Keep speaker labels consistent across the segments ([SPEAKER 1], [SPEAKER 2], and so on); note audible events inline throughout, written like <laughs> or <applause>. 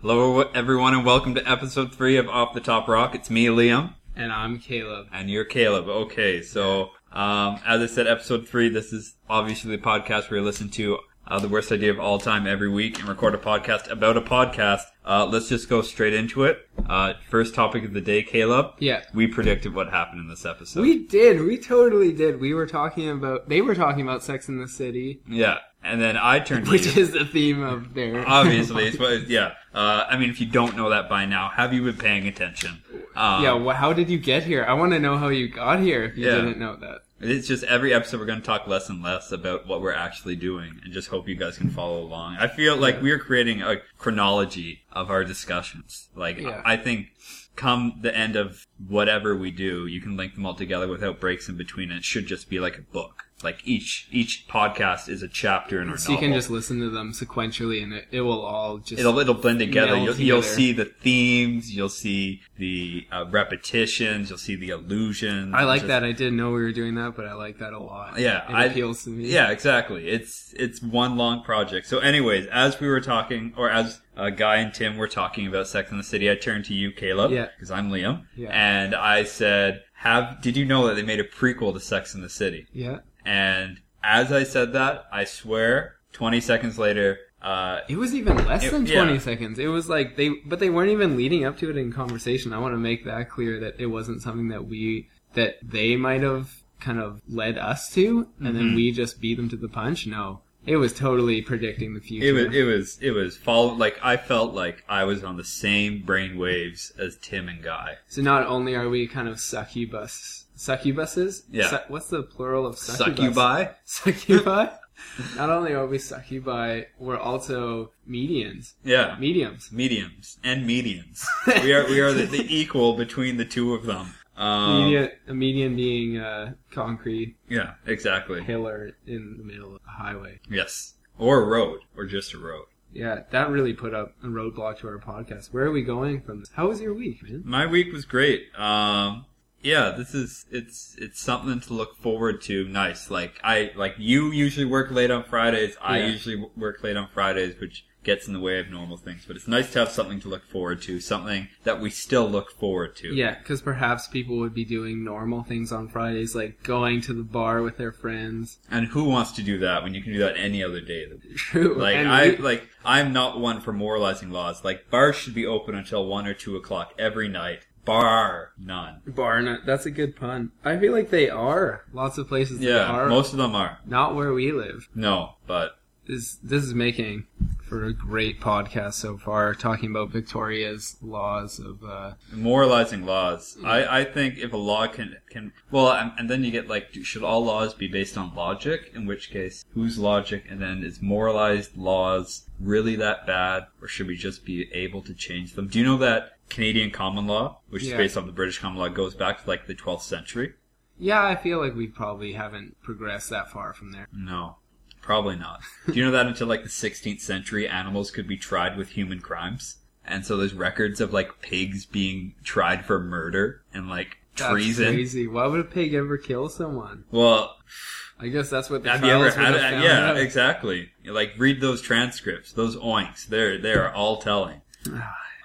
[SPEAKER 1] Hello, everyone, and welcome to episode three of Off the Top Rock. It's me, Liam,
[SPEAKER 2] And I'm Caleb.
[SPEAKER 1] and you're Caleb. Okay, so um, as I said, episode three. This is obviously the podcast where you listen to uh, the worst idea of all time every week and record a podcast about a podcast. Uh, let's just go straight into it. Uh, first topic of the day, Caleb.
[SPEAKER 2] Yeah.
[SPEAKER 1] we predicted what happened in this episode.
[SPEAKER 2] We did. We totally did. We were talking about. They were talking about Sex in the City,
[SPEAKER 1] yeah, and then I turned to
[SPEAKER 2] which
[SPEAKER 1] you.
[SPEAKER 2] is the theme of their.
[SPEAKER 1] <laughs> Obviously, it's what- yeah. Uh, I mean, if you don't know that by now, have you been paying attention? Um,
[SPEAKER 2] <laughs> yeah. Wh- how did you get here? I want to know how you got here. If you
[SPEAKER 1] Yeah.
[SPEAKER 2] didn't know that.
[SPEAKER 1] It's just every episode we're going to talk less and less about what we're actually doing and just hope you guys can follow along. I feel like we're creating a chronology of our discussions. Like,
[SPEAKER 2] Yeah.
[SPEAKER 1] I I think come the end of whatever we do, you can link them all together without breaks in between. It should just be like a book. Like each, each podcast is a chapter in our
[SPEAKER 2] So you can
[SPEAKER 1] novel.
[SPEAKER 2] just listen to them sequentially, and it, it will all just.
[SPEAKER 1] It'll, it'll blend together.
[SPEAKER 2] Meld
[SPEAKER 1] You'll, you'll
[SPEAKER 2] together.
[SPEAKER 1] see the themes. You'll see the uh, repetitions. You'll see the illusions.
[SPEAKER 2] I like
[SPEAKER 1] Just-
[SPEAKER 2] that. I didn't know we were doing that, but I like that a lot.
[SPEAKER 1] Yeah,
[SPEAKER 2] It
[SPEAKER 1] I-
[SPEAKER 2] appeals to me.
[SPEAKER 1] Yeah, exactly. It's it's one long project. So, anyways, as we were talking, or as uh, Guy and Tim were talking about Sex in the City, I turned to you, Caleb,
[SPEAKER 2] Yeah.
[SPEAKER 1] because I'm Liam,
[SPEAKER 2] Yeah.
[SPEAKER 1] and I said, "Have did you know that they made a prequel to Sex in the City?"
[SPEAKER 2] Yeah.
[SPEAKER 1] And as I said that, I swear, 20 seconds later, uh,
[SPEAKER 2] It was even less
[SPEAKER 1] It-
[SPEAKER 2] than
[SPEAKER 1] yeah.
[SPEAKER 2] 20 seconds. It was like they, but they weren't even leading up to it in conversation. I want to make that clear that it wasn't something that we, that they might have kind of led us to, and
[SPEAKER 1] Mm-hmm.
[SPEAKER 2] then we just beat them to the punch. No, it was totally predicting the future.
[SPEAKER 1] it was it was it was follow like I felt like I was on the same brain waves as Tim and Guy.
[SPEAKER 2] so not only are we kind of succubus, succubuses?
[SPEAKER 1] Yeah.
[SPEAKER 2] Su- what's the plural of
[SPEAKER 1] Suck
[SPEAKER 2] succubus?
[SPEAKER 1] you by.
[SPEAKER 2] <laughs> Succubi? not only are we succubi, we're also medians.
[SPEAKER 1] Yeah.
[SPEAKER 2] Mediums.
[SPEAKER 1] mediums and medians. we are we are the,
[SPEAKER 2] <laughs>
[SPEAKER 1] the equal between the two of them. Um,
[SPEAKER 2] Media, a median being uh, concrete
[SPEAKER 1] Yeah, exactly.
[SPEAKER 2] pillar in the middle of a highway.
[SPEAKER 1] Yes, or a road, or just a road.
[SPEAKER 2] Yeah, that really put up a roadblock to our podcast. Where are we going from this? How was your week, man?
[SPEAKER 1] My week was great. Um, yeah, this is it's it's something to look forward to. Nice. Like I like you usually work late on Fridays. I
[SPEAKER 2] Yeah.
[SPEAKER 1] usually w- work late on Fridays, which gets in the way of normal things. But it's nice to have something to look forward to, something that we still look forward to.
[SPEAKER 2] Yeah, because perhaps people would be doing normal things on Fridays, like going to the bar with their friends. <laughs>
[SPEAKER 1] And who wants to do that when you can do that any other day of the week?
[SPEAKER 2] True.
[SPEAKER 1] Like
[SPEAKER 2] and
[SPEAKER 1] I
[SPEAKER 2] we-
[SPEAKER 1] like I'm not one for moralizing laws. Like bars should be open until one or two o'clock every night. Bar none.
[SPEAKER 2] bar night. That's a good pun. I feel like they are. Lots of places they
[SPEAKER 1] Yeah,
[SPEAKER 2] are.
[SPEAKER 1] most of them are.
[SPEAKER 2] not where we live.
[SPEAKER 1] No, but
[SPEAKER 2] This this is making for a great podcast so far, talking about Victoria's laws of uh,
[SPEAKER 1] moralizing laws.
[SPEAKER 2] Hmm.
[SPEAKER 1] I, I think if a law can can well, and, and then you get like, do- should all laws be based on logic? In which case, whose logic? And then is moralized laws really that bad, or should we just be able to change them? Do you know that Canadian common law, which
[SPEAKER 2] Yeah.
[SPEAKER 1] is based on the British common law, goes back to like the 12th century?
[SPEAKER 2] Yeah, I feel like we probably haven't progressed that far from there.
[SPEAKER 1] No, probably not. Do you know that until like the 16th century, animals could be tried with human crimes? And so there's records of like pigs being tried for murder and like
[SPEAKER 2] That's
[SPEAKER 1] treason.
[SPEAKER 2] crazy. Why would a pig ever kill someone?
[SPEAKER 1] Well,
[SPEAKER 2] I guess that's what the
[SPEAKER 1] have you ever
[SPEAKER 2] trials
[SPEAKER 1] had
[SPEAKER 2] would
[SPEAKER 1] it?
[SPEAKER 2] have found
[SPEAKER 1] Yeah,
[SPEAKER 2] out.
[SPEAKER 1] exactly. Like read those transcripts, those oinks. They're they are all telling.
[SPEAKER 2] <sighs>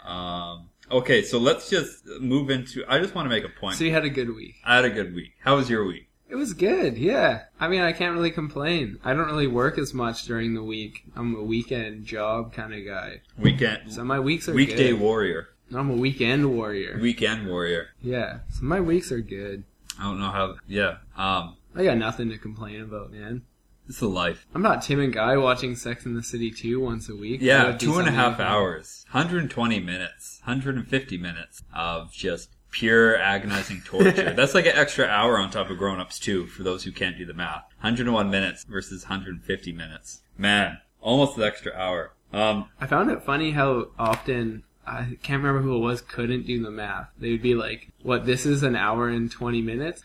[SPEAKER 1] Um, okay, so let's just move into. I just want to make a point.
[SPEAKER 2] So you had a good week.
[SPEAKER 1] I had a good week. How was your week?
[SPEAKER 2] It was good, yeah. I mean, I can't really complain. I don't really work as much during the week. I'm a weekend job kind of guy.
[SPEAKER 1] Weekend,
[SPEAKER 2] So my weeks are
[SPEAKER 1] weekday
[SPEAKER 2] good.
[SPEAKER 1] warrior,
[SPEAKER 2] I'm a weekend warrior.
[SPEAKER 1] weekend warrior.
[SPEAKER 2] Yeah. So my weeks are good.
[SPEAKER 1] I don't know how. Yeah, um,
[SPEAKER 2] I got nothing to complain about, man.
[SPEAKER 1] it's the life.
[SPEAKER 2] I'm not Tim and Guy watching Sex in the City 2 once a week. That
[SPEAKER 1] Yeah,
[SPEAKER 2] would be
[SPEAKER 1] two and a
[SPEAKER 2] something
[SPEAKER 1] half
[SPEAKER 2] to-
[SPEAKER 1] hours, 120 minutes, 150 minutes of just pure agonizing
[SPEAKER 2] <laughs>
[SPEAKER 1] torture. That's like an extra hour on top of grown ups too, for those who can't do the math. 101 minutes versus 150 minutes. Man, almost an extra hour. Um,
[SPEAKER 2] I found it funny how often I can't remember who it was couldn't do the math. They would be like, "What? This is an hour and
[SPEAKER 1] <laughs>
[SPEAKER 2] twenty minutes."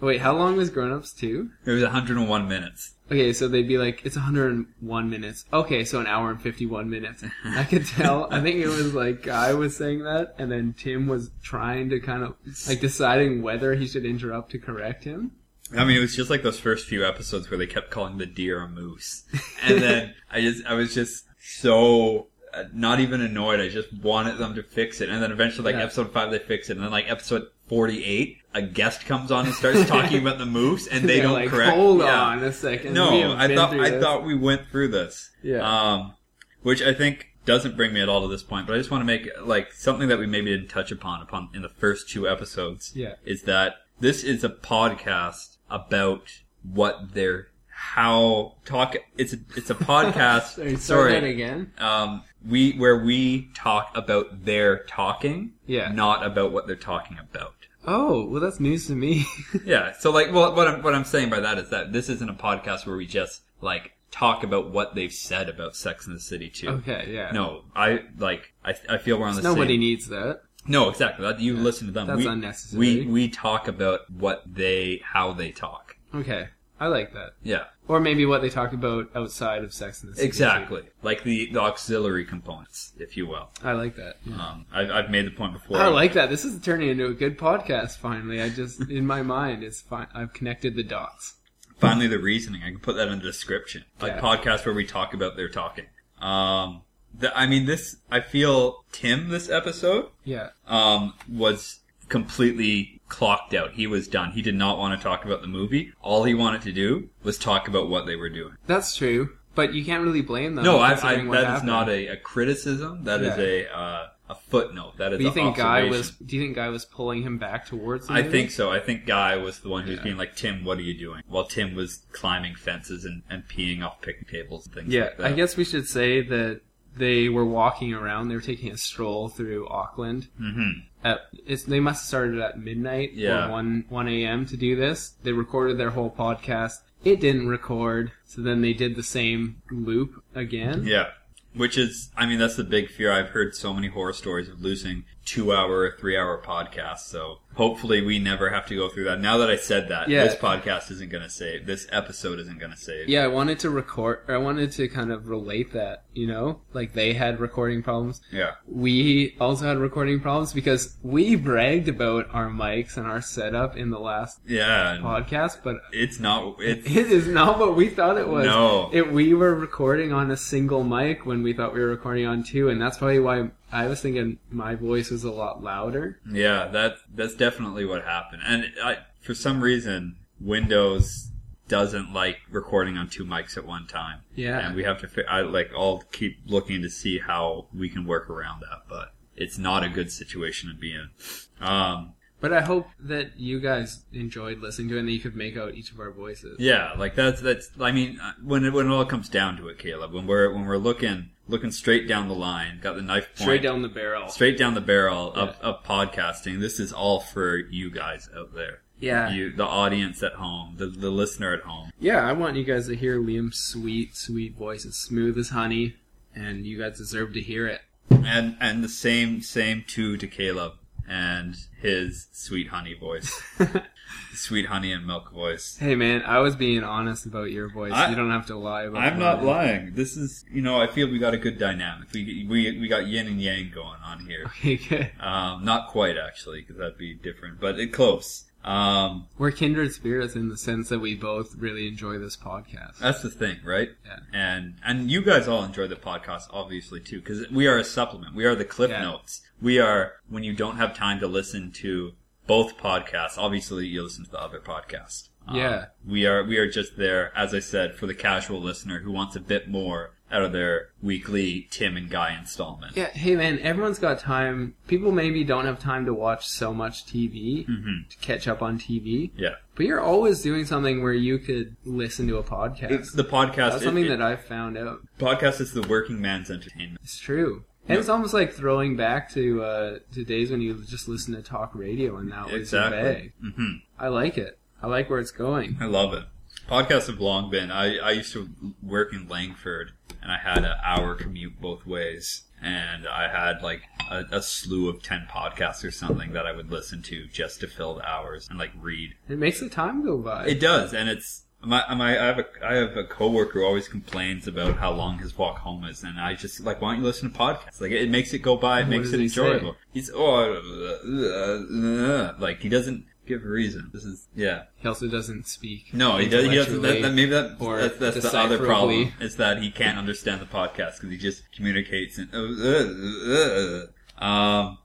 [SPEAKER 2] Wait, how long was Grown Ups two?
[SPEAKER 1] it was 101 minutes.
[SPEAKER 2] Okay, so they'd be like, "It's 101 minutes." Okay, so an hour and
[SPEAKER 1] <laughs>
[SPEAKER 2] 51 minutes. I could tell. I think it was like Guy was saying that, and then Tim was trying to kind of like deciding whether he should interrupt to correct him.
[SPEAKER 1] I mean, it was just like those first few
[SPEAKER 2] <laughs>
[SPEAKER 1] episodes where they kept calling the deer a moose. And then I just, I was just so uh, not even annoyed. I just wanted them to fix it. And then eventually, like
[SPEAKER 2] Yeah.
[SPEAKER 1] episode five, they fix it. And then like episode forty-eight, a guest comes on and starts talking about the moves,
[SPEAKER 2] <laughs>
[SPEAKER 1] and <laughs> they
[SPEAKER 2] They're
[SPEAKER 1] don't
[SPEAKER 2] like,
[SPEAKER 1] correct.
[SPEAKER 2] Hold
[SPEAKER 1] yeah.
[SPEAKER 2] on a second. we
[SPEAKER 1] No,
[SPEAKER 2] have
[SPEAKER 1] I
[SPEAKER 2] been
[SPEAKER 1] thought
[SPEAKER 2] through
[SPEAKER 1] I
[SPEAKER 2] this."
[SPEAKER 1] thought we went through this.
[SPEAKER 2] Yeah.
[SPEAKER 1] Um, which I think doesn't bring me at all to this point, but I just want to make like something that we maybe didn't touch upon upon in the first two episodes.
[SPEAKER 2] Yeah.
[SPEAKER 1] Is that this is a podcast about what they're how talk it's a,
[SPEAKER 2] <laughs>
[SPEAKER 1] it's a podcast
[SPEAKER 2] Sorry, start that
[SPEAKER 1] sorry
[SPEAKER 2] again.
[SPEAKER 1] um we where we talk about their talking
[SPEAKER 2] Yeah.
[SPEAKER 1] not about what they're talking about
[SPEAKER 2] Oh, well, that's news to me. <laughs>
[SPEAKER 1] yeah. So like, well, what I'm what I'm saying by that is that this isn't a podcast where we just like talk about what they've said about Sex in the City too.
[SPEAKER 2] okay, yeah.
[SPEAKER 1] No, I like I I feel we're on the
[SPEAKER 2] Nobody
[SPEAKER 1] same.
[SPEAKER 2] needs that.
[SPEAKER 1] No, exactly. That- You listen to them.
[SPEAKER 2] That's
[SPEAKER 1] we,
[SPEAKER 2] unnecessary.
[SPEAKER 1] We we talk about what they how they talk.
[SPEAKER 2] Okay, I like that.
[SPEAKER 1] Yeah,
[SPEAKER 2] Or maybe what they talk about outside of Sex and the City.
[SPEAKER 1] exactly. Like the, the auxiliary components, if you will.
[SPEAKER 2] I like that. yeah.
[SPEAKER 1] Um, I've, I've made the point before.
[SPEAKER 2] I like that. This is turning into a good podcast. Finally,
[SPEAKER 1] <laughs>
[SPEAKER 2] I just in my mind, it's fine. I've connected the dots.
[SPEAKER 1] Finally, the reasoning. I can put that in the description. Like
[SPEAKER 2] Yeah.
[SPEAKER 1] podcast where we talk about their talking. Um, the, I mean, this. I feel Tim this episode
[SPEAKER 2] Yeah.
[SPEAKER 1] um, was completely clocked out. He was done. He did not want to talk about the movie. All he wanted to do was talk about what they were doing.
[SPEAKER 2] That's true, but you can't really blame them.
[SPEAKER 1] No, I, I,
[SPEAKER 2] considering what
[SPEAKER 1] that is
[SPEAKER 2] happened.
[SPEAKER 1] not a, a criticism. That is
[SPEAKER 2] Yeah.
[SPEAKER 1] a uh, a footnote. That is.
[SPEAKER 2] Do you
[SPEAKER 1] a
[SPEAKER 2] think Guy
[SPEAKER 1] observation.
[SPEAKER 2] was? Do you think Guy was pulling him back towards? the
[SPEAKER 1] I
[SPEAKER 2] movie?
[SPEAKER 1] think so. I think Guy was the one who was
[SPEAKER 2] Yeah.
[SPEAKER 1] being like, "Tim, what are you doing?" While Tim was climbing fences and, and peeing off picnic tables and things
[SPEAKER 2] Yeah,
[SPEAKER 1] like that.
[SPEAKER 2] I guess we should say that they were walking around. They were taking a stroll through Auckland.
[SPEAKER 1] hmm
[SPEAKER 2] At, it's, they must have started at midnight
[SPEAKER 1] Yeah.
[SPEAKER 2] or one one a.m. to do this. They recorded their whole podcast. It didn't record, so then they did the same loop again.
[SPEAKER 1] Yeah. Which is, I mean, that's the big fear. I've heard so many horror stories of losing two hour or three hour podcasts. So hopefully we never have to go through that. Now that I said that,
[SPEAKER 2] Yeah.
[SPEAKER 1] this podcast isn't going to save. This episode isn't going to save.
[SPEAKER 2] Yeah, I wanted to record. Or I wanted to kind of relate that, you know, like they had recording problems.
[SPEAKER 1] Yeah.
[SPEAKER 2] We also had recording problems because we bragged about our mics and our setup in the last
[SPEAKER 1] Yeah. and
[SPEAKER 2] podcast, but
[SPEAKER 1] It's not, it's,
[SPEAKER 2] it is not what we thought it was.
[SPEAKER 1] No.
[SPEAKER 2] It, we were recording on a single mic when we thought we were recording on two, and that's probably why I was thinking my voice was a lot louder.
[SPEAKER 1] yeah, that, that's definitely what happened. And I, for some reason, Windows doesn't like recording on two mics at one time.
[SPEAKER 2] Yeah.
[SPEAKER 1] And we have to, fi- I like, I'll keep looking to see how we can work around that, but it's not a good situation to be in. Um,
[SPEAKER 2] But I hope that you guys enjoyed listening to it and that you could make out each of our voices.
[SPEAKER 1] yeah, like that's, that's, I mean, uh, when it, when it all comes down to it, Caleb, when we're, when we're looking, looking straight down the line, got the knife point.
[SPEAKER 2] Straight down the barrel.
[SPEAKER 1] Straight down the barrel of, of podcasting. This is all for you guys out there.
[SPEAKER 2] Yeah.
[SPEAKER 1] You, the audience at home, the, the listener at home.
[SPEAKER 2] Yeah, I want you guys to hear Liam's sweet, sweet voice. It's smooth as honey, and you guys deserve to hear it. <laughs>
[SPEAKER 1] And, and the same, same too to Caleb and his sweet honey voice. <laughs> sweet honey and milk voice.
[SPEAKER 2] hey, man, I was being honest about your voice.
[SPEAKER 1] I-
[SPEAKER 2] you don't have to lie about
[SPEAKER 1] I'm
[SPEAKER 2] mine.
[SPEAKER 1] not lying. This is, you know, I feel we got a good dynamic. We we we got yin and yang going on here.
[SPEAKER 2] <laughs> Okay, good.
[SPEAKER 1] Um, not quite actually, because that'd be different, but it close. Um,
[SPEAKER 2] We're kindred spirits in the sense that we both really enjoy this podcast.
[SPEAKER 1] that's the thing, right?
[SPEAKER 2] Yeah.
[SPEAKER 1] And and you guys all enjoy the podcast, obviously too, because we are a supplement. We are the clip
[SPEAKER 2] Yeah.
[SPEAKER 1] notes. We are when you don't have time to listen to both podcasts. Obviously, you listen to the other podcast. Um,
[SPEAKER 2] Yeah.
[SPEAKER 1] we are we are just there, as I said, for the casual listener who wants a bit more out of their weekly Tim and Guy installment.
[SPEAKER 2] Yeah, hey man, everyone's got time. People maybe don't have time to watch so much TV
[SPEAKER 1] Mhm.
[SPEAKER 2] to catch up on TV,
[SPEAKER 1] Yeah.
[SPEAKER 2] but you're always doing something where you could listen to a podcast.
[SPEAKER 1] It's the podcast.
[SPEAKER 2] That's something
[SPEAKER 1] it- it-
[SPEAKER 2] that I've found out.
[SPEAKER 1] podcast is the working man's entertainment.
[SPEAKER 2] It's true. And it's almost like throwing back to uh, to days when you just listen to talk radio and that was your bag.
[SPEAKER 1] Exactly. hmm
[SPEAKER 2] I like it. I like where it's going.
[SPEAKER 1] I love it. Podcasts have long been. I, I used to work in Langford, and I had an hour commute both ways, and I had like a, a slew of ten podcasts or something that I would listen to just to fill the hours and like read.
[SPEAKER 2] It makes the time go by.
[SPEAKER 1] It does, and it's my, my I have a I have a coworker who always complains about how long his walk home is, and I just like why don't you listen to podcasts? Like it, makes it go by, it
[SPEAKER 2] What
[SPEAKER 1] makes
[SPEAKER 2] does
[SPEAKER 1] it
[SPEAKER 2] he say?
[SPEAKER 1] enjoyable. He's oh uh, uh, uh, like he doesn't. give a reason. This is yeah.
[SPEAKER 2] He also doesn't speak.
[SPEAKER 1] No, he does. He doesn't. That,
[SPEAKER 2] intellectually.
[SPEAKER 1] that, maybe that,
[SPEAKER 2] Or
[SPEAKER 1] that's, that's the other problem
[SPEAKER 2] decipherably.
[SPEAKER 1] is that he can't understand the podcast because he just communicates and uh, uh, uh, uh. um,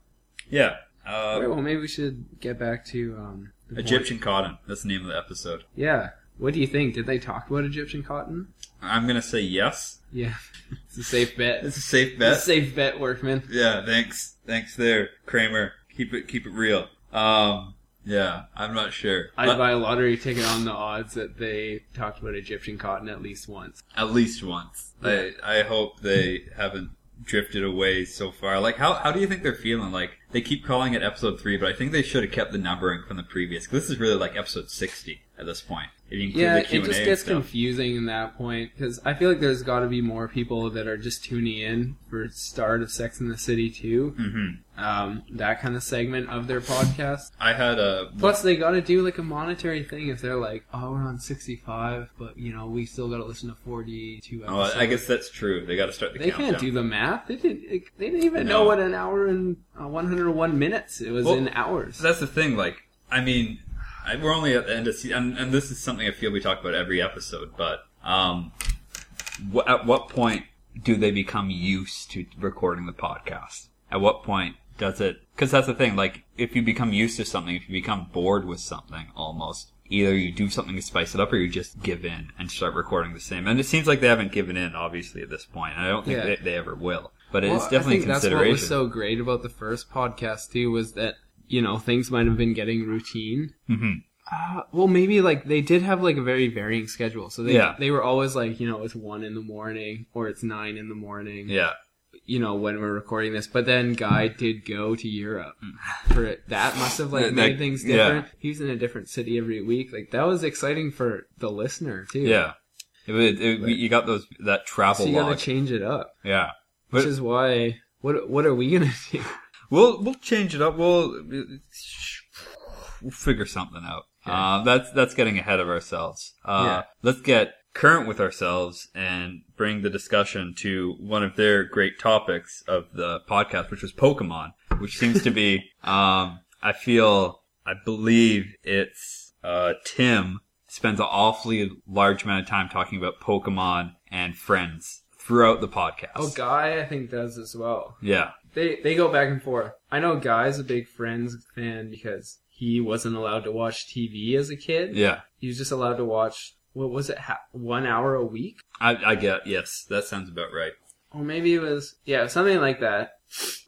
[SPEAKER 1] yeah.
[SPEAKER 2] Alright,
[SPEAKER 1] Uh,
[SPEAKER 2] well, maybe we should get back to um, the point.
[SPEAKER 1] Egyptian cotton. That's the name of the episode.
[SPEAKER 2] Yeah. What do you think? Did they talk about Egyptian cotton?
[SPEAKER 1] I'm gonna say yes.
[SPEAKER 2] Yeah, <laughs> it's a safe bet.
[SPEAKER 1] It's a safe
[SPEAKER 2] It's a
[SPEAKER 1] bet.
[SPEAKER 2] safe bet, Workman.
[SPEAKER 1] Yeah, thanks, thanks there, Kramer. Keep it, keep it real. Um, yeah, I'm not sure.
[SPEAKER 2] I'd
[SPEAKER 1] But
[SPEAKER 2] buy a lottery ticket on the odds that they talked about Egyptian cotton at least once.
[SPEAKER 1] at least once. I, I hope they haven't drifted away so far. Like, how, how do you think they're feeling? Like, they keep calling it episode three, but I think they should have kept the numbering from the previous. 'cause this is really like episode sixty at this point. If you include
[SPEAKER 2] Yeah,
[SPEAKER 1] the Q
[SPEAKER 2] it
[SPEAKER 1] and
[SPEAKER 2] just
[SPEAKER 1] A
[SPEAKER 2] gets
[SPEAKER 1] stuff.
[SPEAKER 2] confusing in that point because I feel like there's got to be more people that are just tuning in for start of Sex in the City too,
[SPEAKER 1] hmm
[SPEAKER 2] um, that kind of segment of their podcast.
[SPEAKER 1] I had a
[SPEAKER 2] Plus, they got to do like a monetary thing if they're like, "Oh, we're on 65, but you know, we still got to listen to 42
[SPEAKER 1] Oh,
[SPEAKER 2] episodes."
[SPEAKER 1] I guess that's true. They got to start the
[SPEAKER 2] They
[SPEAKER 1] countdown.
[SPEAKER 2] can't do the math. They didn't. it- They didn't even
[SPEAKER 1] No.
[SPEAKER 2] know what an hour and uh, 101 minutes. It was
[SPEAKER 1] Well,
[SPEAKER 2] in hours.
[SPEAKER 1] So that's the thing. Like, I mean, I, we're only at the end of season, and, and this is something I feel we talk about every episode. But um, wh- at what point do they become used to recording the podcast? At what point does it? Because that's the thing. Like, if you become used to something, if you become bored with something, almost either you do something to spice it up, or you just give in and start recording the same. And it seems like they haven't given in, obviously, at this point. And I don't think
[SPEAKER 2] Yeah.
[SPEAKER 1] they, they ever will. But
[SPEAKER 2] Well,
[SPEAKER 1] it's definitely
[SPEAKER 2] I think that's what
[SPEAKER 1] consideration.
[SPEAKER 2] was so great about the first podcast too was that you know things might have been getting routine.
[SPEAKER 1] Mhm.
[SPEAKER 2] Uh, well, maybe like they did have like a very varying schedule, so they
[SPEAKER 1] Yeah.
[SPEAKER 2] they were always like you know it's one in the morning or it's nine in the morning.
[SPEAKER 1] Yeah.
[SPEAKER 2] You know when we're recording this, but then Guy did go to Europe for it. That must have like
[SPEAKER 1] Mm-hmm. Mm. That-
[SPEAKER 2] made
[SPEAKER 1] that-
[SPEAKER 2] things
[SPEAKER 1] yeah.
[SPEAKER 2] different. He was in a different city every week. Like that was exciting for the listener too.
[SPEAKER 1] Yeah. It, would- it,
[SPEAKER 2] But-
[SPEAKER 1] you got those that travel
[SPEAKER 2] So you gotta
[SPEAKER 1] log.
[SPEAKER 2] change it up,
[SPEAKER 1] yeah.
[SPEAKER 2] which
[SPEAKER 1] But-
[SPEAKER 2] is why. What what are we gonna <laughs> do?
[SPEAKER 1] We'll we'll change it up. We'll we'll figure something out.
[SPEAKER 2] Okay.
[SPEAKER 1] Uh, that's that's getting ahead of ourselves. Uh,
[SPEAKER 2] Yeah.
[SPEAKER 1] Let's get current with ourselves and bring the discussion to one of their great topics of the podcast, which was Pokemon, which seems to
[SPEAKER 2] <laughs>
[SPEAKER 1] be. Um, I feel I believe it's uh, Tim spends an awfully large amount of time talking about Pokemon and friends throughout the podcast.
[SPEAKER 2] Oh, Guy I think does as well.
[SPEAKER 1] Yeah.
[SPEAKER 2] They they go back and forth. I know Guy's a big Friends fan because he wasn't allowed to watch TV as a kid.
[SPEAKER 1] Yeah.
[SPEAKER 2] He was just allowed to watch what was it, ha- one hour a week,
[SPEAKER 1] I, I get yes, that sounds about right.
[SPEAKER 2] or maybe it was yeah something like that.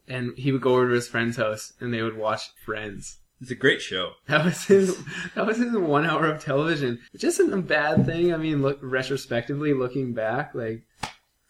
[SPEAKER 2] And he would go over to his friend's house and they would watch Friends.
[SPEAKER 1] It's a great show.
[SPEAKER 2] That was his <laughs> that was his one hour of television, which isn't a bad thing. I mean, look retrospectively looking back, like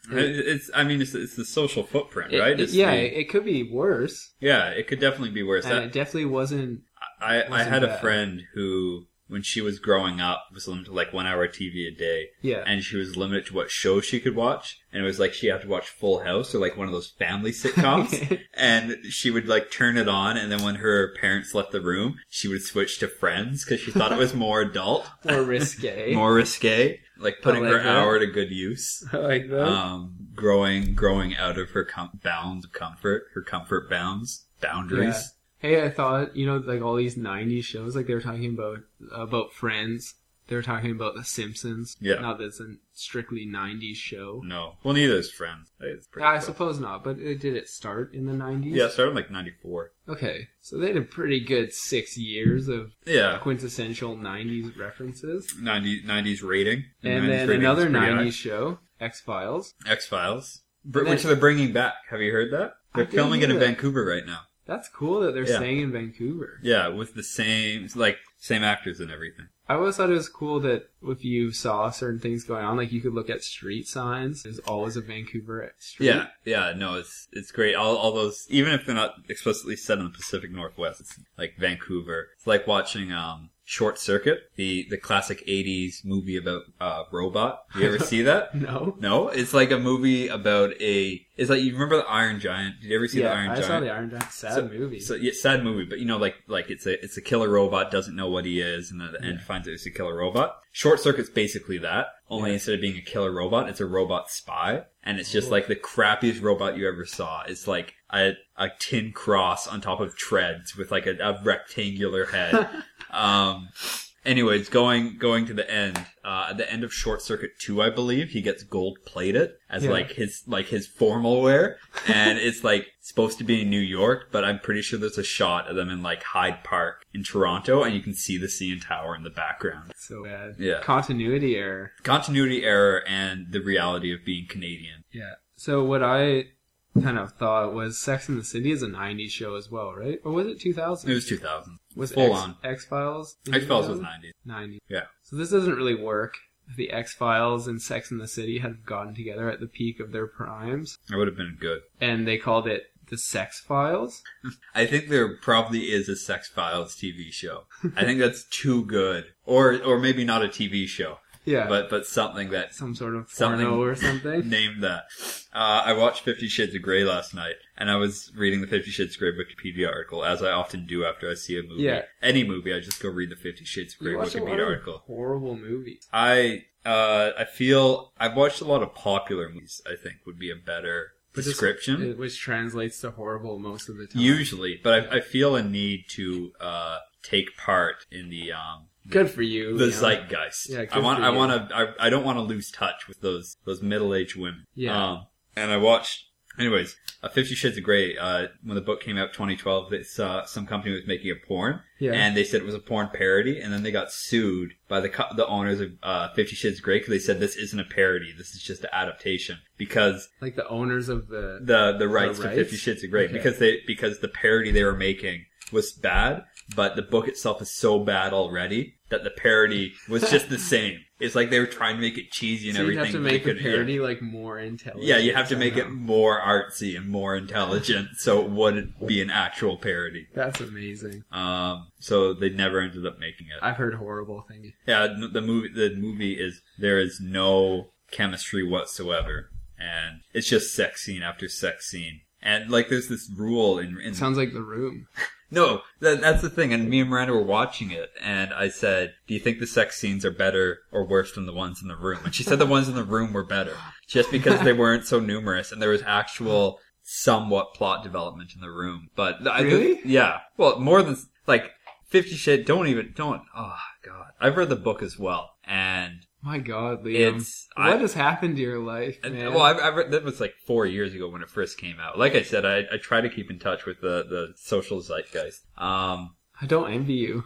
[SPEAKER 1] It- It's I mean it's it's the social footprint,
[SPEAKER 2] it-
[SPEAKER 1] right?
[SPEAKER 2] it-
[SPEAKER 1] It's
[SPEAKER 2] yeah,
[SPEAKER 1] the-
[SPEAKER 2] it, it could be worse,
[SPEAKER 1] yeah. It could definitely be worse.
[SPEAKER 2] and it
[SPEAKER 1] That,
[SPEAKER 2] definitely wasn't.
[SPEAKER 1] I I
[SPEAKER 2] wasn't
[SPEAKER 1] had a
[SPEAKER 2] bad.
[SPEAKER 1] friend who when she was growing up was limited to like one hour TV a day,
[SPEAKER 2] Yeah,
[SPEAKER 1] and she was limited to what shows she could watch, and it was like she had to watch Full House or like one of those family sitcoms.
[SPEAKER 2] <laughs>
[SPEAKER 1] And she would like turn it on, and then when her parents left the room, she would switch to Friends because she thought it
[SPEAKER 2] <laughs>
[SPEAKER 1] was more adult,
[SPEAKER 2] more
[SPEAKER 1] <laughs>
[SPEAKER 2] risque.
[SPEAKER 1] more risque, like putting
[SPEAKER 2] like
[SPEAKER 1] her
[SPEAKER 2] that.
[SPEAKER 1] hour to good use.
[SPEAKER 2] I <laughs> like that.
[SPEAKER 1] um, growing growing out of her com- bounds of comfort, her comfort bounds, boundaries.
[SPEAKER 2] Hey, I thought you know like all these '90s shows, like they were talking about about Friends. They were talking about The Simpsons.
[SPEAKER 1] Yeah.
[SPEAKER 2] not that it's a strictly '90s show.
[SPEAKER 1] No, well, neither is Friends. It's pretty
[SPEAKER 2] I
[SPEAKER 1] close.
[SPEAKER 2] suppose not, but it, did it start in the '90s?
[SPEAKER 1] Yeah, it started in like '94.
[SPEAKER 2] Okay, so they had a pretty good six years of
[SPEAKER 1] Yeah,
[SPEAKER 2] quintessential '90s references,
[SPEAKER 1] 90, 90s rating,
[SPEAKER 2] and then another '90s show, X Files.
[SPEAKER 1] X Files, Br-
[SPEAKER 2] And
[SPEAKER 1] which
[SPEAKER 2] then-
[SPEAKER 1] they're bringing back. Have you heard that?
[SPEAKER 2] I
[SPEAKER 1] They're
[SPEAKER 2] didn't
[SPEAKER 1] filming it
[SPEAKER 2] hear
[SPEAKER 1] in
[SPEAKER 2] that.
[SPEAKER 1] Vancouver right now.
[SPEAKER 2] That's cool that they're
[SPEAKER 1] Yeah.
[SPEAKER 2] staying in Vancouver.
[SPEAKER 1] Yeah, with the same like same actors and everything.
[SPEAKER 2] I always thought it was cool that if you saw certain things going on, like you could look at street signs. There's always a Vancouver street.
[SPEAKER 1] Yeah, yeah, no, it's it's great. All all those, even if they're not explicitly set in the Pacific Northwest, it's like Vancouver. It's like watching um Short Circuit, the the classic '80s movie about uh robot. You ever see
[SPEAKER 2] <laughs>
[SPEAKER 1] that?
[SPEAKER 2] <laughs> No.
[SPEAKER 1] No, it's like a movie about a. It's like you remember the Iron Giant. Did you ever see
[SPEAKER 2] yeah,
[SPEAKER 1] the Iron
[SPEAKER 2] I
[SPEAKER 1] Giant?
[SPEAKER 2] saw the Iron Giant. Sad
[SPEAKER 1] So-
[SPEAKER 2] movie.
[SPEAKER 1] So yeah, sad movie, but you know, like like it's a it's a killer robot doesn't know what he is, and at the end finds out he's a killer robot. Short Circuit's basically that. Only
[SPEAKER 2] Yeah.
[SPEAKER 1] instead of being a killer robot, it's a robot spy, and it's just like the crappiest robot you ever saw. It's like a a tin cross on top of treads with like a, a rectangular
[SPEAKER 2] <laughs>
[SPEAKER 1] head. um, anyways, going going to the end, uh, at the end of Short Circuit Two, I believe he gets gold plated as
[SPEAKER 2] Yeah.
[SPEAKER 1] like his like his formal wear,
[SPEAKER 2] <laughs>
[SPEAKER 1] and it's like supposed to be in New York, but I'm pretty sure there's a shot of them in like Hyde Park in Toronto, and you can see the CN Tower in the background.
[SPEAKER 2] So bad.
[SPEAKER 1] Yeah.
[SPEAKER 2] Continuity error.
[SPEAKER 1] Continuity error and the reality of being Canadian.
[SPEAKER 2] Yeah. So what I kind of thought was Sex in the City is a 90s show as well, right? Or was it 2000?
[SPEAKER 1] It was 2000.
[SPEAKER 2] was
[SPEAKER 1] full
[SPEAKER 2] X,
[SPEAKER 1] on.
[SPEAKER 2] X-Files? in
[SPEAKER 1] X Files was
[SPEAKER 2] 2000?
[SPEAKER 1] 90s.
[SPEAKER 2] 90.
[SPEAKER 1] Yeah.
[SPEAKER 2] So this doesn't really work. If The X Files and Sex in the City had gotten together at the peak of their primes,
[SPEAKER 1] That would have been good.
[SPEAKER 2] and they called it the Sex Files.
[SPEAKER 1] I think there probably is a Sex Files TV show. I think that's too good, or or maybe not a TV show,
[SPEAKER 2] <laughs> Yeah,
[SPEAKER 1] but but something that
[SPEAKER 2] some sort of
[SPEAKER 1] Something-
[SPEAKER 2] porno
[SPEAKER 1] <laughs>
[SPEAKER 2] or something.
[SPEAKER 1] named that. Uh, I watched Fifty Shades of Grey last night, and I was reading the Fifty Shades of Grey Wikipedia article, as I often do after I see a movie.
[SPEAKER 2] Yeah.
[SPEAKER 1] Any movie, I just go read the Fifty Shades of Grey
[SPEAKER 2] You watch a lot
[SPEAKER 1] Wikipedia
[SPEAKER 2] of
[SPEAKER 1] article.
[SPEAKER 2] horrible movies.
[SPEAKER 1] I uh, I feel I've watched a lot of popular movies. I think would be a better
[SPEAKER 2] But just-
[SPEAKER 1] description.
[SPEAKER 2] It- which translates to horrible most of the time.
[SPEAKER 1] Usually, but I, I feel a need to uh, take part in the um,
[SPEAKER 2] good for you.
[SPEAKER 1] the
[SPEAKER 2] yeah.
[SPEAKER 1] zeitgeist.
[SPEAKER 2] Yeah,
[SPEAKER 1] I
[SPEAKER 2] good
[SPEAKER 1] want
[SPEAKER 2] for
[SPEAKER 1] I
[SPEAKER 2] you.
[SPEAKER 1] want to I, I don't want to lose touch with those those middle aged women.
[SPEAKER 2] Yeah.
[SPEAKER 1] Um, and I watched. Anyways, uh, Fifty Shades of Grey. Uh, when the book came out, 2012, it's uh, some company was making a porn,
[SPEAKER 2] Yeah.
[SPEAKER 1] and they said it was a porn parody, and then they got sued by the co- the owners of uh, Fifty Shades of Grey because they said this isn't a parody, this is just an adaptation because
[SPEAKER 2] like the owners of the
[SPEAKER 1] the the rights,
[SPEAKER 2] rights?
[SPEAKER 1] to Fifty Shades of Grey
[SPEAKER 2] Okay.
[SPEAKER 1] because they because the parody they were making was bad, but the book itself is so bad already that the parody
[SPEAKER 2] <laughs>
[SPEAKER 1] was just the same. It's like they were trying to make it cheesy and
[SPEAKER 2] so you
[SPEAKER 1] everything.
[SPEAKER 2] have to
[SPEAKER 1] but they
[SPEAKER 2] make the
[SPEAKER 1] couldn't- yeah.
[SPEAKER 2] parody like more intelligent.
[SPEAKER 1] Yeah, you have to make it
[SPEAKER 2] somehow.
[SPEAKER 1] more artsy and more intelligent, so it wouldn't be an actual parody.
[SPEAKER 2] That's amazing.
[SPEAKER 1] Um, so they never ended up making it.
[SPEAKER 2] I've heard horrible things.
[SPEAKER 1] Yeah, n- the movie the movie is there is no chemistry whatsoever, and it's just sex scene after sex scene. And like, there's this rule in, in
[SPEAKER 2] Sounds like the room.
[SPEAKER 1] no, that, that's the thing. And me and Miranda were watching it, and I said, "Do you think the sex scenes are better or worse than the ones in the room?" And she said the ones in the room were better, just because they weren't so numerous and there was actual somewhat plot development in the room. But I think-
[SPEAKER 2] Really?
[SPEAKER 1] yeah. Well, more than like Fifty Shades. Don't even don't. Oh God, I've read the book as well, and
[SPEAKER 2] My God, Liam.
[SPEAKER 1] it's I-
[SPEAKER 2] What has happened to your life,
[SPEAKER 1] and-
[SPEAKER 2] man?
[SPEAKER 1] Well, I've, I've read, that was like four years ago when it first came out. Like I said, I, I try to keep in touch with the, the social zeitgeist. Um,
[SPEAKER 2] I don't
[SPEAKER 1] <laughs>
[SPEAKER 2] envy you.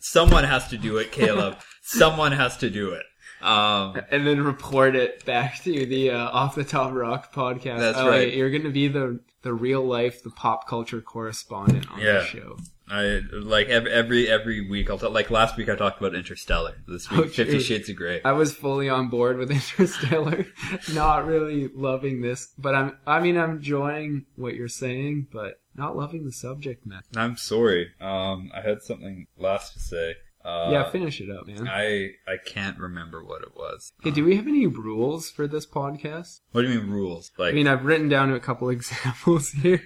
[SPEAKER 1] someone has to do it, Caleb. someone has to do it. Um,
[SPEAKER 2] And then report it back to the uh, Off the Top Rock podcast.
[SPEAKER 1] That's
[SPEAKER 2] Oh,
[SPEAKER 1] right.
[SPEAKER 2] wait, You're going to be the the real life, the pop culture correspondent on
[SPEAKER 1] Yeah.
[SPEAKER 2] the show.
[SPEAKER 1] I like ev- every every week. I'll talk, like last week I talked about Interstellar. This week,
[SPEAKER 2] Oh,
[SPEAKER 1] Fifty
[SPEAKER 2] true.
[SPEAKER 1] Shades of Grey.
[SPEAKER 2] I was fully on board with <laughs> Interstellar. not really loving this, but I'm. I mean, I'm enjoying what you're saying, but not loving the subject matter.
[SPEAKER 1] I'm sorry. Um, I had something last to say. Uh,
[SPEAKER 2] yeah, finish it up, man.
[SPEAKER 1] I I can't remember what it was.
[SPEAKER 2] Hey, do we have any rules for this podcast?
[SPEAKER 1] What do you mean rules? Like
[SPEAKER 2] I mean, I've written down a couple <laughs> examples here.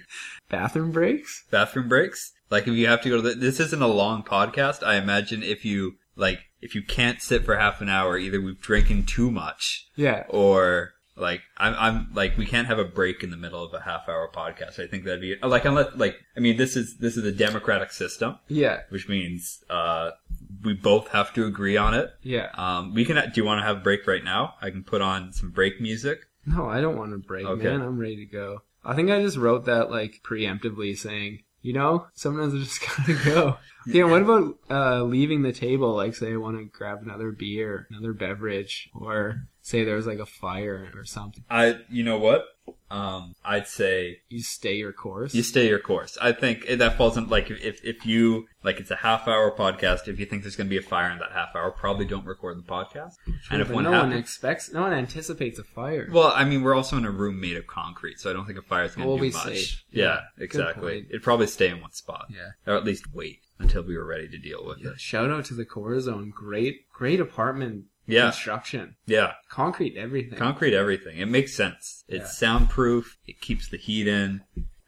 [SPEAKER 2] Bathroom breaks?
[SPEAKER 1] bathroom breaks? Like if you have to go to the, this isn't a long podcast. I imagine if you like if you can't sit for half an hour, either we've drinking too much
[SPEAKER 2] Yeah.
[SPEAKER 1] or like I'm, I'm like we can't have a break in the middle of a half hour podcast. I think that'd be like unless like I mean this is this is the democratic system,
[SPEAKER 2] Yeah.
[SPEAKER 1] which means uh, we both have to agree on it.
[SPEAKER 2] Yeah.
[SPEAKER 1] Um, we can. Do you want to have a break right now? I can put on some break music.
[SPEAKER 2] No, I don't want to break,
[SPEAKER 1] Okay.
[SPEAKER 2] man. I'm ready to go. I think I just wrote that like preemptively saying, you know, sometimes I just <laughs> gotta
[SPEAKER 1] <laughs>
[SPEAKER 2] go. yeah, what about uh, leaving the table? Like, say I want to grab another beer, another beverage, or say there was like a fire or something.
[SPEAKER 1] I. You know what? Um, I'd say
[SPEAKER 2] You stay your course.
[SPEAKER 1] you stay your course. I think that falls in like if if you like it's a half hour podcast. If you think there's going to be a fire in that half hour, probably don't record the podcast.
[SPEAKER 2] Sure, but no one expects, no one anticipates a fire.
[SPEAKER 1] Well, I mean, we're also in a room made of concrete, so I don't think a fire's going to
[SPEAKER 2] We'll
[SPEAKER 1] do
[SPEAKER 2] be
[SPEAKER 1] much.
[SPEAKER 2] safe.
[SPEAKER 1] Yeah,
[SPEAKER 2] Good
[SPEAKER 1] exactly.
[SPEAKER 2] point.
[SPEAKER 1] It'd probably stay in one spot,
[SPEAKER 2] yeah.
[SPEAKER 1] or at least wait until we were ready to deal with it.
[SPEAKER 2] Shout out to the Corazon. Great, great apartment
[SPEAKER 1] Yeah.
[SPEAKER 2] construction.
[SPEAKER 1] Yeah,
[SPEAKER 2] Concrete everything.
[SPEAKER 1] concrete everything. It makes sense. It's
[SPEAKER 2] Yeah.
[SPEAKER 1] soundproof. It keeps the heat in,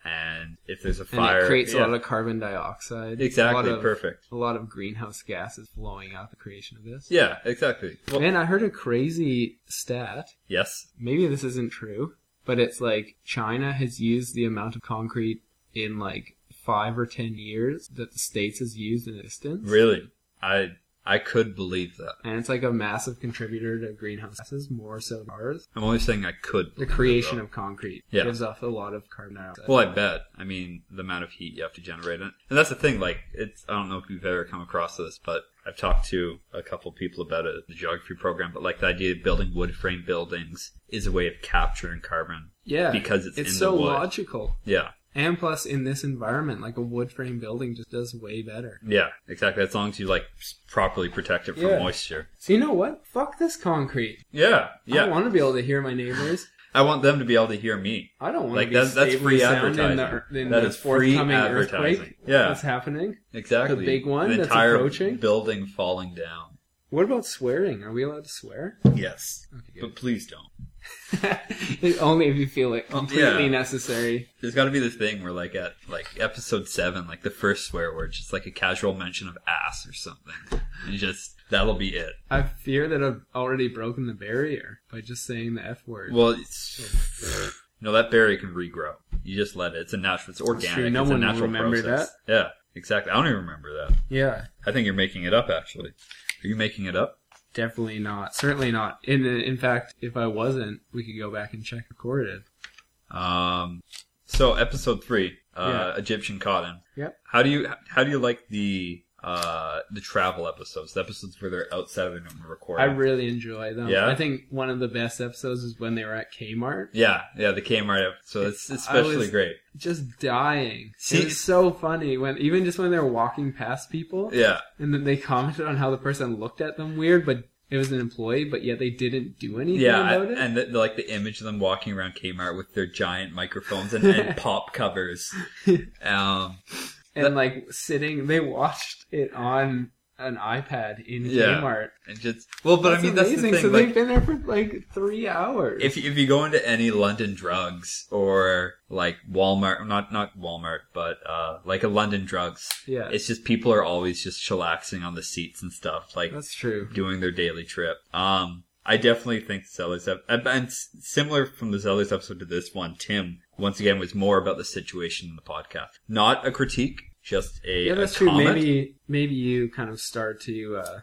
[SPEAKER 1] and if there's a
[SPEAKER 2] and
[SPEAKER 1] fire.
[SPEAKER 2] it creates a
[SPEAKER 1] yeah.
[SPEAKER 2] lot of carbon dioxide. a lot
[SPEAKER 1] exactly
[SPEAKER 2] of,
[SPEAKER 1] perfect.
[SPEAKER 2] A lot of greenhouse gases blowing out the creation of this.
[SPEAKER 1] Yeah, exactly. Well,
[SPEAKER 2] And I heard a crazy stat.
[SPEAKER 1] yes.
[SPEAKER 2] Maybe this isn't true, but it's like China has used the amount of concrete in like five or ten years that the states has used in existence.
[SPEAKER 1] Really, I I could believe that.
[SPEAKER 2] And it's like a massive contributor to greenhouse gases, more so than ours.
[SPEAKER 1] I'm only saying I could.
[SPEAKER 2] The
[SPEAKER 1] believe it,
[SPEAKER 2] creation
[SPEAKER 1] though.
[SPEAKER 2] of concrete
[SPEAKER 1] Yeah.
[SPEAKER 2] gives off a lot of carbon dioxide.
[SPEAKER 1] Well, I bet. I mean, the amount of heat you have to generate in it, and that's the thing. Like, it's I don't know if you've ever come across this, but I've talked to a couple people about it at the geography program. But like the idea of building wood frame buildings is a way of capturing carbon.
[SPEAKER 2] yeah,
[SPEAKER 1] because it's in the
[SPEAKER 2] so
[SPEAKER 1] wood.
[SPEAKER 2] logical.
[SPEAKER 1] Yeah,
[SPEAKER 2] And plus, in this environment, like a wood frame building just does way better.
[SPEAKER 1] yeah, exactly. As long as you like properly protect it from
[SPEAKER 2] Yeah.
[SPEAKER 1] moisture.
[SPEAKER 2] So you know what? Fuck this concrete.
[SPEAKER 1] Yeah, yeah.
[SPEAKER 2] I want to be able to hear my neighbors.
[SPEAKER 1] them to be able to hear me.
[SPEAKER 2] I don't want
[SPEAKER 1] Like
[SPEAKER 2] to be
[SPEAKER 1] that's that's
[SPEAKER 2] stably
[SPEAKER 1] free
[SPEAKER 2] sound in the,
[SPEAKER 1] advertising.
[SPEAKER 2] ear- in
[SPEAKER 1] That
[SPEAKER 2] the
[SPEAKER 1] is free
[SPEAKER 2] forthcoming
[SPEAKER 1] advertising.
[SPEAKER 2] earthquake
[SPEAKER 1] Yeah,
[SPEAKER 2] that's happening.
[SPEAKER 1] exactly.
[SPEAKER 2] the big one
[SPEAKER 1] An
[SPEAKER 2] that's
[SPEAKER 1] entire
[SPEAKER 2] approaching?
[SPEAKER 1] building falling down.
[SPEAKER 2] What about swearing? Are we allowed to swear? <laughs>
[SPEAKER 1] Yes, but please don't.
[SPEAKER 2] Only if you feel it
[SPEAKER 1] Well,
[SPEAKER 2] completely
[SPEAKER 1] yeah.
[SPEAKER 2] necessary.
[SPEAKER 1] There's got to be this thing where, like, at like episode seven, like the first swear word, just like a casual mention of ass or something, <laughs> and just that'll be it.
[SPEAKER 2] I fear that I've already broken the barrier by just saying the F word.
[SPEAKER 1] Well, it's, no, that berry can regrow. You just let it. It's a natural. It's organic.
[SPEAKER 2] true. No
[SPEAKER 1] it's
[SPEAKER 2] one
[SPEAKER 1] a
[SPEAKER 2] will
[SPEAKER 1] natural
[SPEAKER 2] remember
[SPEAKER 1] process. Yeah, exactly. I don't even remember that.
[SPEAKER 2] yeah,
[SPEAKER 1] I think you're making it up. Actually, are you making it up?
[SPEAKER 2] definitely not. Certainly not. In in fact, if I wasn't, we could go back and check recorded.
[SPEAKER 1] Um, so episode three, uh, Egyptian cotton.
[SPEAKER 2] Yep.
[SPEAKER 1] How do you how do you like the uh the travel episodes? The episodes where they're outside of the normal recording.
[SPEAKER 2] I really enjoy them.
[SPEAKER 1] Yeah?
[SPEAKER 2] I think one of the best episodes is when they were at Kmart,
[SPEAKER 1] Yeah, yeah, they came right up. So it's
[SPEAKER 2] I
[SPEAKER 1] especially
[SPEAKER 2] was-
[SPEAKER 1] great.
[SPEAKER 2] just dying.
[SPEAKER 1] See-
[SPEAKER 2] it was so funny when even just when they were walking past people,
[SPEAKER 1] Yeah,
[SPEAKER 2] and then they <laughs> commented on how the person looked at them weird, but it was an employee, but yet they didn't do anything
[SPEAKER 1] yeah,
[SPEAKER 2] about it.
[SPEAKER 1] and the, the- like the image of them walking around Kmart with their giant microphones and,
[SPEAKER 2] <laughs>
[SPEAKER 1] and pop covers. Um,
[SPEAKER 2] and like sitting, they watched it on an iPad in
[SPEAKER 1] Yeah.
[SPEAKER 2] Kmart.
[SPEAKER 1] and just well, but
[SPEAKER 2] That's
[SPEAKER 1] I mean that's the
[SPEAKER 2] amazing.
[SPEAKER 1] thing.
[SPEAKER 2] So
[SPEAKER 1] like,
[SPEAKER 2] they've been there for like three hours.
[SPEAKER 1] if if you go into any London drugs or like Walmart, not not Walmart, but uh, like a London drugs,
[SPEAKER 2] Yeah.
[SPEAKER 1] it's just people are always just chillaxing on the seats and stuff. Like
[SPEAKER 2] that's true.
[SPEAKER 1] doing their daily trip. Um, I definitely think Zeller's ep- and and s- similar from the Zeller's episode to this one, Tim once again was more about the situation in the podcast, not a critique, just a
[SPEAKER 2] Yeah, that's
[SPEAKER 1] a
[SPEAKER 2] true.
[SPEAKER 1] comment.
[SPEAKER 2] Maybe maybe you kind of start to uh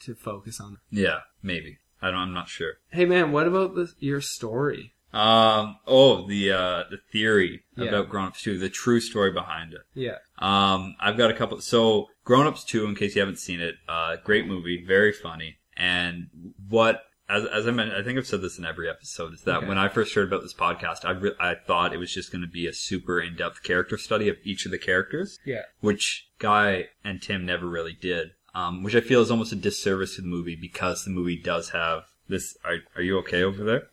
[SPEAKER 2] to focus on.
[SPEAKER 1] yeah, maybe. I don't. I'm not sure.
[SPEAKER 2] Hey man, what about this, your story?
[SPEAKER 1] Um. Oh, the uh, the theory
[SPEAKER 2] Yeah.
[SPEAKER 1] about Grown Ups Two, the true story behind it.
[SPEAKER 2] Yeah,
[SPEAKER 1] Um, I've got a couple. So, Grown Ups 2, in case you haven't seen it, uh, great movie, very funny. And what, as, as I mentioned, I think I've said this in every episode, is that
[SPEAKER 2] Okay.
[SPEAKER 1] when I first heard about this podcast, I, re- I thought it was just going to be a super in depth character study of each of the characters,
[SPEAKER 2] yeah,
[SPEAKER 1] which Guy and Tim never really did. Um, which I feel is almost a disservice to the movie because the movie does have this. Are, are you okay over there?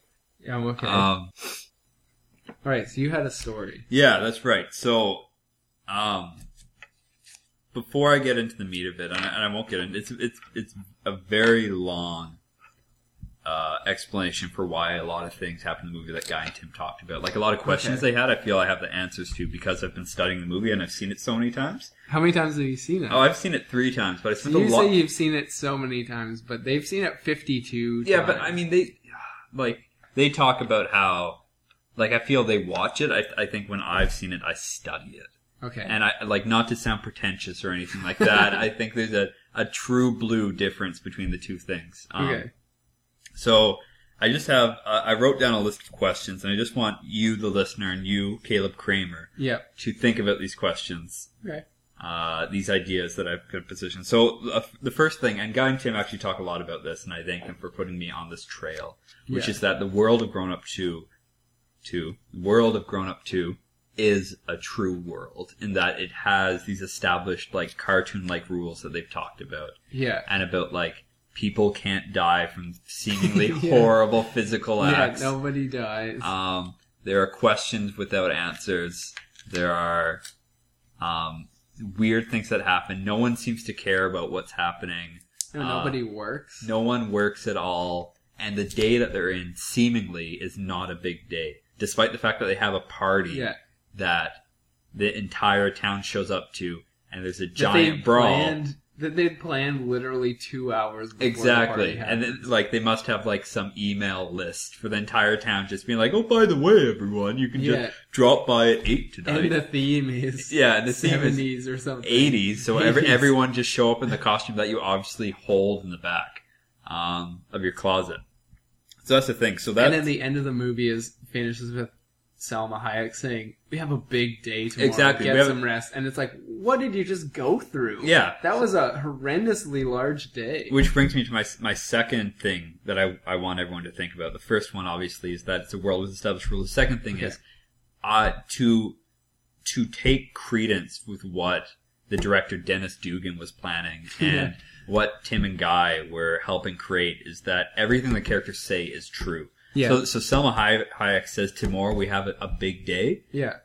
[SPEAKER 2] yeah. I'm okay.
[SPEAKER 1] Um,
[SPEAKER 2] All right, so you had a story.
[SPEAKER 1] Yeah, that's right. So, um, before I get into the meat of it, and I, and I won't get into it's it's it's a very long uh, explanation for why a lot of things happen in the movie that Guy and Tim talked about. Like a lot of questions they had, I feel I have the answers to because I've been studying the movie and I've seen it so many times.
[SPEAKER 2] How many times have you seen it?
[SPEAKER 1] Oh, I've seen it three times, but I spent a
[SPEAKER 2] you
[SPEAKER 1] lot.
[SPEAKER 2] say you've seen it so many times, but they've seen it 52
[SPEAKER 1] Yeah,
[SPEAKER 2] times.
[SPEAKER 1] but I mean, they like they talk about how like I feel they watch it. I I think when I've seen it, I study it.
[SPEAKER 2] Okay.
[SPEAKER 1] and I like not to sound pretentious or anything like that. I think there's a, a true blue difference between the two things. Um,
[SPEAKER 2] okay.
[SPEAKER 1] So I just have uh, I wrote down a list of questions, and I just want you, the listener, and you, Caleb Kramer,
[SPEAKER 2] Yep.
[SPEAKER 1] to think about these questions,
[SPEAKER 2] Okay.
[SPEAKER 1] uh, these ideas that I've got positioned. So uh, the first thing, and Guy and Tim actually talk a lot about this, and I thank them for putting me on this trail, which
[SPEAKER 2] Yeah.
[SPEAKER 1] is that the world of grown up two, two world of grown up two is a true world in that it has these established like cartoon like rules that they've talked about
[SPEAKER 2] Yeah.
[SPEAKER 1] and about like people can't die from seemingly
[SPEAKER 2] <laughs> Yeah.
[SPEAKER 1] horrible physical acts.
[SPEAKER 2] Yeah, nobody dies.
[SPEAKER 1] Um, there are questions without answers. There are um, weird things that happen. No one seems to care about what's happening.
[SPEAKER 2] no,
[SPEAKER 1] uh,
[SPEAKER 2] nobody works.
[SPEAKER 1] No one works at all. And the day that they're in seemingly is not a big day, despite the fact that they have a party
[SPEAKER 2] Yeah.
[SPEAKER 1] that the entire town shows up to, and there's a
[SPEAKER 2] That they
[SPEAKER 1] giant brawl.
[SPEAKER 2] Planned, that they planned literally two hours. Before
[SPEAKER 1] Exactly.
[SPEAKER 2] The party
[SPEAKER 1] And then,
[SPEAKER 2] happens.
[SPEAKER 1] like, they must have, like, some email list for the entire town just being like, oh, by the way, everyone, you can
[SPEAKER 2] Yeah.
[SPEAKER 1] just drop by at 8 tonight.
[SPEAKER 2] and the theme is
[SPEAKER 1] Yeah, and the theme is
[SPEAKER 2] seventies or something.
[SPEAKER 1] 80s, so every,
[SPEAKER 2] 80s.
[SPEAKER 1] everyone just show up in the costume that you obviously hold in the back um, of your closet. So that's the thing. So
[SPEAKER 2] And
[SPEAKER 1] that's
[SPEAKER 2] then the end of the movie is finishes with Salma Hayek saying, "We have a big day tomorrow.
[SPEAKER 1] Exactly,
[SPEAKER 2] Get
[SPEAKER 1] we have-
[SPEAKER 2] some rest." And it's like, what did you just go through?
[SPEAKER 1] Yeah.
[SPEAKER 2] that was a horrendously large day.
[SPEAKER 1] which brings me to my my second thing that I I want everyone to think about. The first one obviously is that it's a world with established rules. The second thing
[SPEAKER 2] Okay.
[SPEAKER 1] is uh to to take credence with what the director Dennis Dugan was
[SPEAKER 2] <laughs>
[SPEAKER 1] planning and what Tim and Guy were helping create is that everything the characters say is true.
[SPEAKER 2] Yeah.
[SPEAKER 1] So so Selma Hay- Hayek says tomorrow we have a, a big day.
[SPEAKER 2] yeah,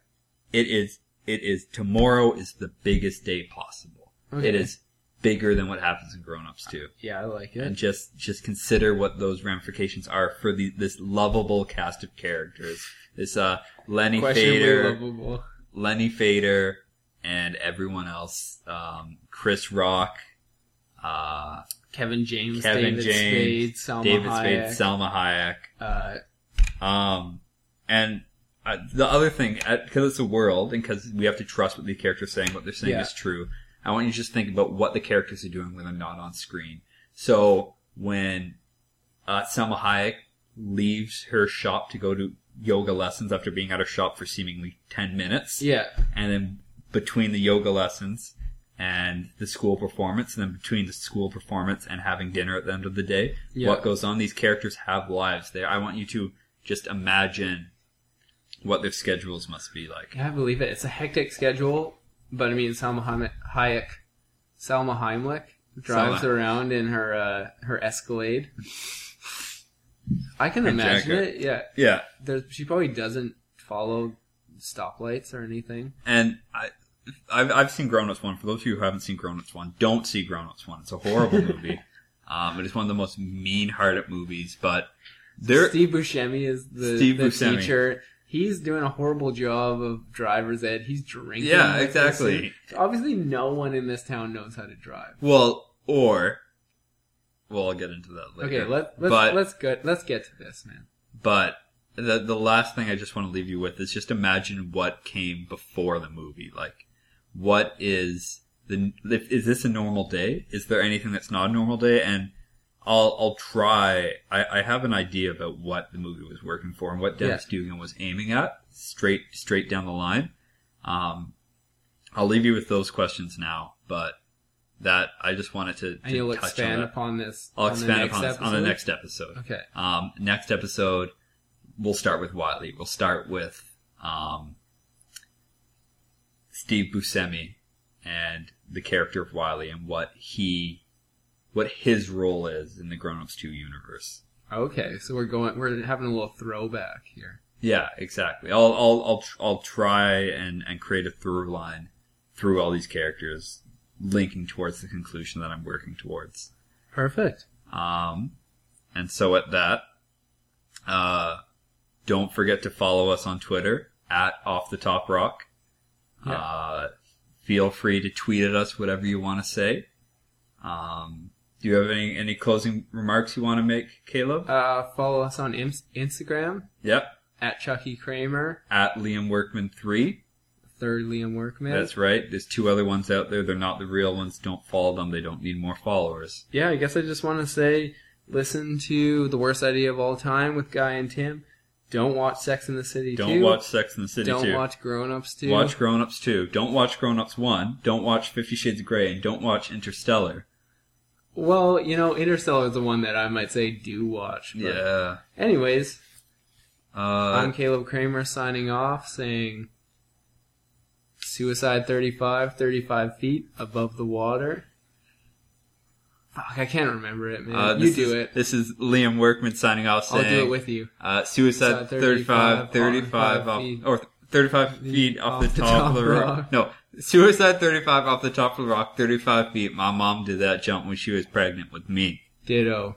[SPEAKER 1] It is it is tomorrow is the biggest day possible. It
[SPEAKER 2] Okay.
[SPEAKER 1] is bigger than what happens in grown ups too
[SPEAKER 2] yeah, I like
[SPEAKER 1] and
[SPEAKER 2] it.
[SPEAKER 1] just just consider what those ramifications are for the, this lovable cast of characters. This uh, Lenny
[SPEAKER 2] Questionably
[SPEAKER 1] Fader,
[SPEAKER 2] lovable.
[SPEAKER 1] Lenny Fader, and everyone else. Um, Chris Rock, uh,
[SPEAKER 2] Kevin James,
[SPEAKER 1] Kevin
[SPEAKER 2] David Spade,
[SPEAKER 1] James,
[SPEAKER 2] Salma
[SPEAKER 1] David
[SPEAKER 2] Hayek.
[SPEAKER 1] Spade, Selma Hayek.
[SPEAKER 2] uh,
[SPEAKER 1] Um, and uh, the other thing, because it's a world, and because we have to trust what the characters are saying, what they're saying
[SPEAKER 2] Yeah.
[SPEAKER 1] is true. I want you to just think about what the characters are doing when they're not on screen. So when uh, Selma Hayek leaves her shop to go to yoga lessons after being at her shop for seemingly ten minutes,
[SPEAKER 2] yeah,
[SPEAKER 1] and then between the yoga lessons and the school performance, and then between the school performance and having dinner at the end of the day,
[SPEAKER 2] Yeah.
[SPEAKER 1] what goes on? These characters have lives. There, I want you to just imagine what their schedules must be like.
[SPEAKER 2] I believe it. It's a hectic schedule, but I mean, Salma Hayek, Hayek Salma Heimlich drives
[SPEAKER 1] Salma.
[SPEAKER 2] around in her uh, her Escalade. I can
[SPEAKER 1] Her
[SPEAKER 2] imagine
[SPEAKER 1] jacket.
[SPEAKER 2] it. Yeah,
[SPEAKER 1] Yeah,
[SPEAKER 2] There's, she probably doesn't follow stoplights or anything.
[SPEAKER 1] and I. I've, I've seen Grown Ups 1. For those of you who haven't seen Grown Ups 1, don't see Grown Ups 1. It's a
[SPEAKER 2] <laughs>
[SPEAKER 1] horrible movie. Um, it is one of the most mean hearted movies, but there,
[SPEAKER 2] Steve Buscemi is the,
[SPEAKER 1] Steve
[SPEAKER 2] the
[SPEAKER 1] Buscemi.
[SPEAKER 2] teacher. He's doing a horrible job of driver's ed. He's drinking.
[SPEAKER 1] Yeah,
[SPEAKER 2] with this
[SPEAKER 1] exactly.
[SPEAKER 2] and- so obviously, no one in this town knows how to drive.
[SPEAKER 1] well, or, well, I'll get into that later.
[SPEAKER 2] Okay, let, let's
[SPEAKER 1] But-
[SPEAKER 2] let's go. Let's get to this, man.
[SPEAKER 1] But the the last thing I just want to leave you with is just imagine what came before the movie. Like, what is the if, is this a normal day? Is there anything that's not a normal day? And I'll I'll try. I, I have an idea about what the movie was working for and what Dennis Dugan was aiming at straight straight down the line. Um, I'll leave you with those questions now, but that I just wanted to,
[SPEAKER 2] And
[SPEAKER 1] to
[SPEAKER 2] you'll
[SPEAKER 1] touch
[SPEAKER 2] expand
[SPEAKER 1] on that.
[SPEAKER 2] upon this.
[SPEAKER 1] I'll
[SPEAKER 2] on the
[SPEAKER 1] expand
[SPEAKER 2] next
[SPEAKER 1] upon this on the
[SPEAKER 2] episode?
[SPEAKER 1] next episode.
[SPEAKER 2] Okay.
[SPEAKER 1] Um, next episode, we'll start with Wiley. We'll start with um, Steve Buscemi and the character of Wiley and what he, what his role is in the Grown Ups Two universe.
[SPEAKER 2] Okay, so we're going. We're having a little throwback here.
[SPEAKER 1] Yeah, exactly. I'll I'll I'll, tr- I'll try and and create a through line through all these characters, linking towards the conclusion that I'm working towards.
[SPEAKER 2] Perfect.
[SPEAKER 1] Um, and so at that, uh, don't forget to follow us on Twitter at Off the Top Rock.
[SPEAKER 2] Yeah.
[SPEAKER 1] Uh, feel free to tweet at us whatever you want to say. Um, do you have any any closing remarks you want to make, Caleb?
[SPEAKER 2] Uh, follow us on Im- Instagram
[SPEAKER 1] yep,
[SPEAKER 2] at Chucky Kramer,
[SPEAKER 1] at Liam Workman three.
[SPEAKER 2] third Liam Workman.
[SPEAKER 1] That's right. There's two other ones out there. They're not the real ones. Don't follow them. They don't need more followers.
[SPEAKER 2] yeah, I guess I just want to say listen to The Worst Idea of All Time with Guy and Tim. Don't watch Sex in the City
[SPEAKER 1] Don't
[SPEAKER 2] 2.
[SPEAKER 1] watch Sex and the City
[SPEAKER 2] Don't
[SPEAKER 1] too.
[SPEAKER 2] watch Grown Ups 2.
[SPEAKER 1] Watch Grown Ups 2. Don't watch Grown Ups 1. Don't watch Fifty Shades of Grey. And don't watch Interstellar.
[SPEAKER 2] well, you know, Interstellar is the one that I might say do watch. but-
[SPEAKER 1] Yeah.
[SPEAKER 2] Anyways,
[SPEAKER 1] Uh,
[SPEAKER 2] I'm Caleb Kramer signing off saying suicide 35, 35 feet above the water. Fuck, I can't remember it, man.
[SPEAKER 1] uh,
[SPEAKER 2] you
[SPEAKER 1] this
[SPEAKER 2] do
[SPEAKER 1] is-
[SPEAKER 2] it.
[SPEAKER 1] This is Liam Workman signing off
[SPEAKER 2] I'll
[SPEAKER 1] saying
[SPEAKER 2] do it with you.
[SPEAKER 1] uh, Suicide
[SPEAKER 2] Suicide 35,
[SPEAKER 1] 35, 35 off,
[SPEAKER 2] feet.
[SPEAKER 1] or 35 feet off the top of the rock. No, Suicide 35 off the top of the rock, 35 feet. My mom did that jump when she was pregnant with me.
[SPEAKER 2] Ditto.